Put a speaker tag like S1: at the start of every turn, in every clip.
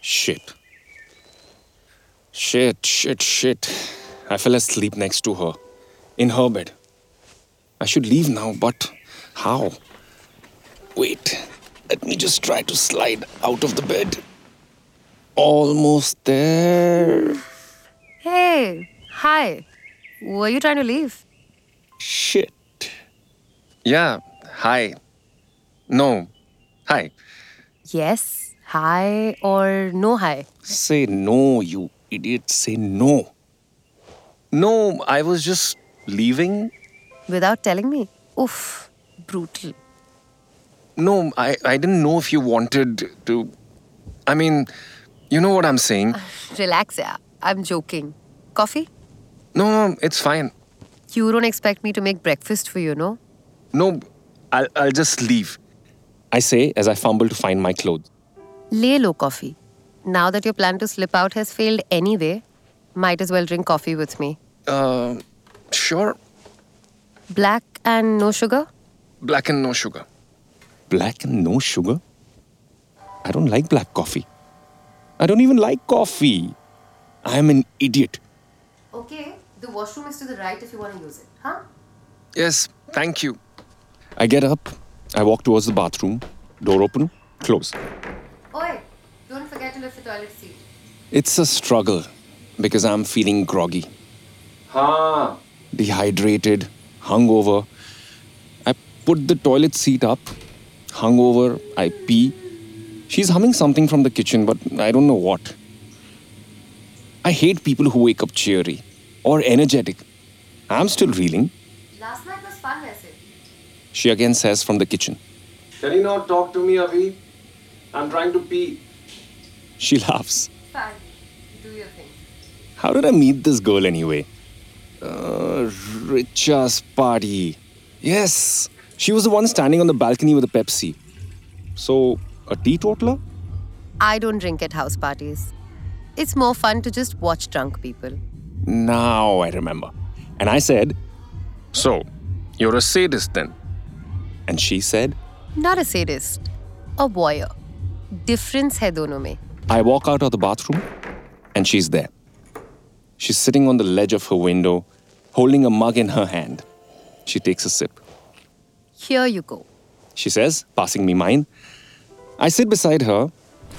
S1: Shit. Shit, shit, shit. I fell asleep next to her, in her bed. I should leave now, but how? Wait, let me just try to slide out of the bed. Almost there.
S2: Hey, hi. Were you trying to leave?
S1: Shit. Yeah, hi. No, hi.
S2: Yes, hi, or no hi.
S1: Say no, you idiot. Say no. No, I was just leaving.
S2: Without telling me. Oof, brutal.
S1: No, I, I didn't know if you wanted to. I mean, you know what I'm saying.
S2: Uh. Relax, yeah. I'm joking. Coffee?
S1: No, no, it's fine.
S2: You don't expect me to make breakfast for you, no?
S1: No, I'll, I'll just leave. I say as I fumble to find my clothes.
S2: Lay low coffee. Now that your plan to slip out has failed anyway, might as well drink coffee with me.
S1: Uh, sure,
S2: Black and no sugar?
S1: black and no sugar. Black and no sugar? I don't like black coffee. I don't even like coffee. I'm an idiot.
S2: Okay, the washroom is to the right if you want to use it, huh?
S1: Yes, thank you. I get up. I walk towards the bathroom. Door open, close.
S2: Oi, Oh, don't forget to lift the toilet seat.
S1: It's a struggle because I'm feeling groggy. Ah. Dehydrated, hungover. I put the toilet seat up. Hungover, I pee. She's humming something from the kitchen, but I don't know what. I hate people who wake up cheery or energetic. I'm still reeling,
S2: Last night was fun, I said.
S1: she again says from the kitchen.
S3: Can you not talk to me, Avi? I'm trying to pee.
S1: She laughs.
S2: Fine, do your thing.
S1: How did I meet this girl anyway? Uh, Richa's party. Yes, she was the one standing on the balcony with a Pepsi. So, a teetotaler?
S2: I don't drink at house parties. It's more fun to just watch drunk people.
S1: Now I remember. And I said, So, you're a sadist then? And she said,
S2: Not a sadist, a warrior. Difference hai dono mein.
S1: I walk out of the bathroom and she's there. She's sitting on the ledge of her window, holding a mug in her hand. She takes a sip.
S2: Here you go.
S1: she says, passing me mine. I sit beside her,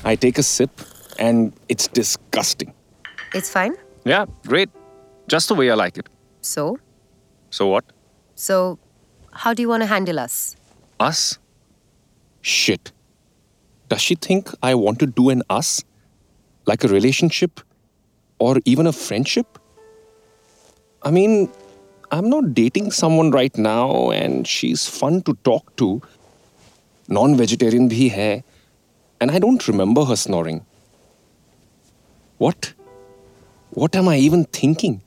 S1: I take a sip, and it's disgusting.
S2: It's fine.
S1: Yeah, great. Just the way I like it.
S2: So,
S1: So what?
S2: so, how do you want to handle us?
S1: Us? Shit. Does she think I want to do an us? Like a relationship? Or even a friendship? I mean, I'm not dating someone right now and she's fun to talk to. Non vegetarian bhi hai. And I don't remember her snoring. What? What am I even thinking?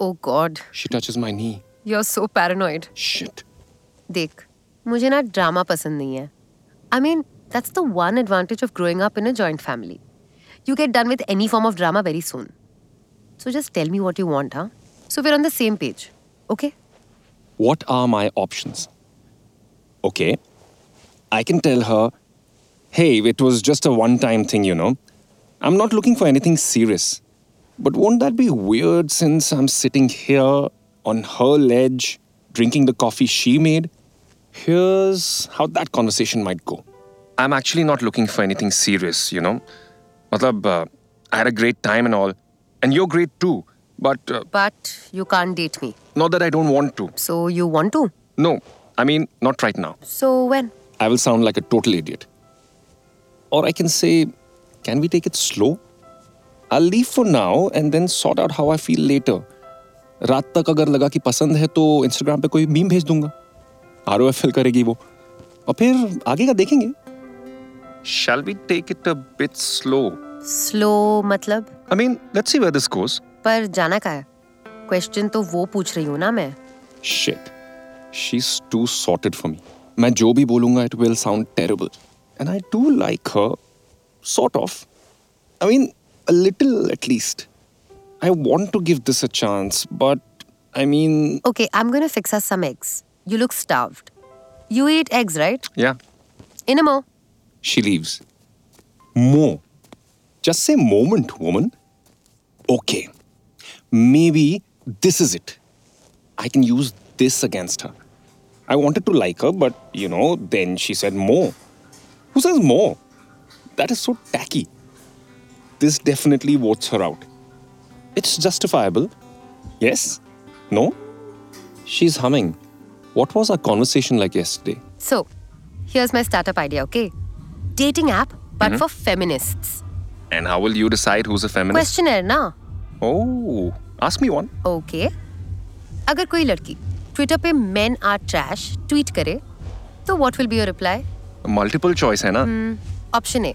S2: Oh God,
S1: She touches my knee.
S2: you're so paranoid.
S1: Shit.
S2: देख मुझे ना drama पसंद नहीं है I mean that's the one advantage of growing up in a joint family you get done with any form of drama very soon so just tell me what you want हाँ so we're on the same page okay
S1: what are my options? Okay, I can tell her, hey, it was just a one time thing, you know. I'm not looking for anything serious. But won't that be weird since I'm sitting here on her ledge drinking the coffee she made? Here's how that conversation might go. I'm actually not looking for anything serious, you know. Matlab, uh, I had a great time and all, and you're great too. But uh,
S2: but you can date me
S1: not that I don't want to.
S2: So you want to
S1: No, I mean, not right now.
S2: So when
S1: I will sound like a total idiot. Or I can say, can we take it slow? I'll leave for now and then sort out how I feel later. रात तक अगर लगा कि पसंद है तो Instagram पे कोई मीम भेज दूंगा आर ओ एफ एल करेगी वो और फिर आगे का देखेंगे shall we take it a bit slow
S2: slow मतलब
S1: I mean let's see where this goes
S2: पर जाना का है क्वेश्चन तो वो पूछ रही हूँ ना मैं
S1: shit she is too sorted for me मैं जो भी बोलूंगा it will sound terrible and I do like her sort of I mean a little at least I want to give this a chance but I mean
S2: okay I am gonna fix us some eggs you look starved you eat eggs right
S1: yeah
S2: in a more
S1: she leaves more Just say moment, woman. Okay. Maybe this is it. I can use this against her. I wanted to like her, but you know, then she said more. Who says more? That is so tacky. This definitely votes her out. It's justifiable. Yes? No? She's humming. What was our conversation like yesterday?
S2: So, here's my startup idea, okay? Dating app, but for feminists.
S1: And how will you decide who's a feminist?
S2: Questionnaire, na?
S1: Oh, ask me one.
S2: Okay अगर कोई लड़की Twitter पे men are trash tweet करे तो what will be your reply
S1: Multiple choice, hai na?
S2: Option A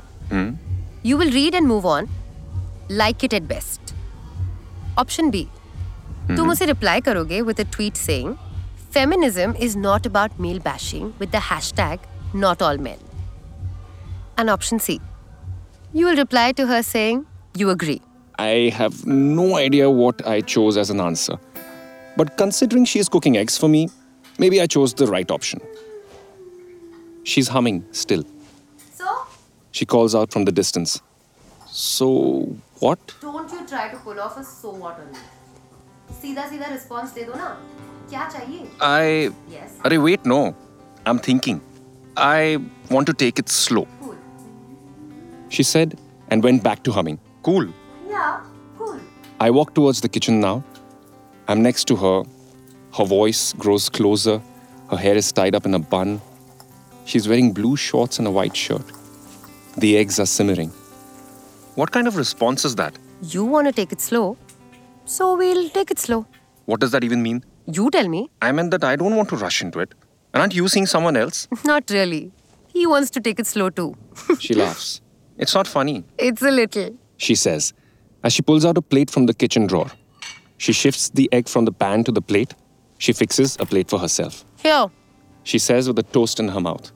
S2: you will read and move on like it at best option B तुम उसे reply करोगे with a tweet saying feminism is not about male bashing with the hashtag not all men and option C you will reply to her saying you agree
S1: I have no idea what I chose as an answer. But considering she is cooking eggs for me, maybe I chose the right option. She's humming still.
S2: So
S1: She calls out from the distance. So, what?
S2: Don't you try to pull off a so what on सीधा सीधा response दे दो ना क्या चाहिए
S1: I.
S2: Yes.
S1: Arey, wait, no. I'm thinking. I want to take it slow.
S2: Cool.
S1: She said and went back to humming. Cool.
S2: या cool
S1: I walk towards the kitchen now. I'm next to her. Her voice grows closer. Her hair is tied up in a bun. She's wearing blue shorts and a white shirt. The eggs are simmering. What kind of response is that?
S2: You want to take it slow so we will take it slow
S1: What does that even mean?
S2: You tell me
S1: I meant that I don't want to rush into it. And aren't you seeing someone else?
S2: Not really he wants to take it slow too
S1: She laughs. It's not funny.
S2: It's a little
S1: she says, as she pulls out a plate from the kitchen drawer. She shifts the egg from the pan to the plate. She fixes a plate for herself.
S2: Here
S1: She says with a toast in her mouth.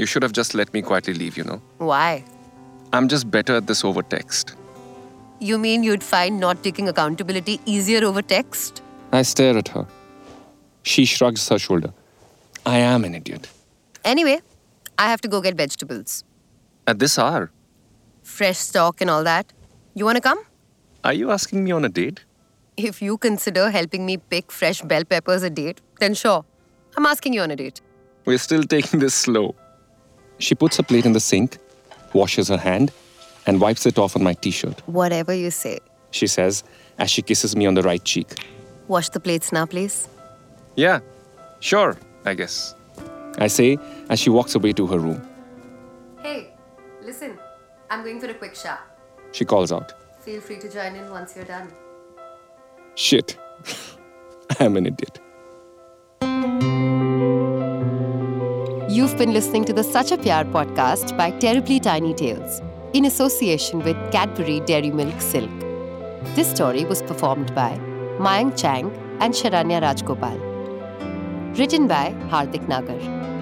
S1: You should have just let me quietly leave, you know.
S2: Why
S1: I'm just better at this over text.
S2: You mean you'd find not taking accountability easier over text
S1: I stare at her. She shrugs her shoulder. I am an idiot.
S2: Anyway I have to go get vegetables
S1: At this hour,
S2: fresh stock and all that you want to come
S1: are you asking me on a date?
S2: If you consider helping me pick fresh bell peppers a date, then sure. I'm asking you on a date.
S1: We're still taking this slow. She puts her plate in the sink, washes her hand, and wipes it off on my t shirt.
S2: Whatever you say.
S1: she says as she kisses me on the right cheek.
S2: Wash the plates now, please.
S1: Yeah, sure, I guess. I say as she walks away to her room.
S2: Hey, listen. I'm going for a quick shower.
S1: She calls out,
S2: Feel free to join in once you're done.
S1: Shit, I'm an idiot.
S2: You've been listening to the Such a Pyar podcast by Terribly Tiny Tales in association with Cadbury Dairy Milk Silk. This story was performed by Mayank Chang and Sharanya Rajgopal. Written by Hardik Nagar.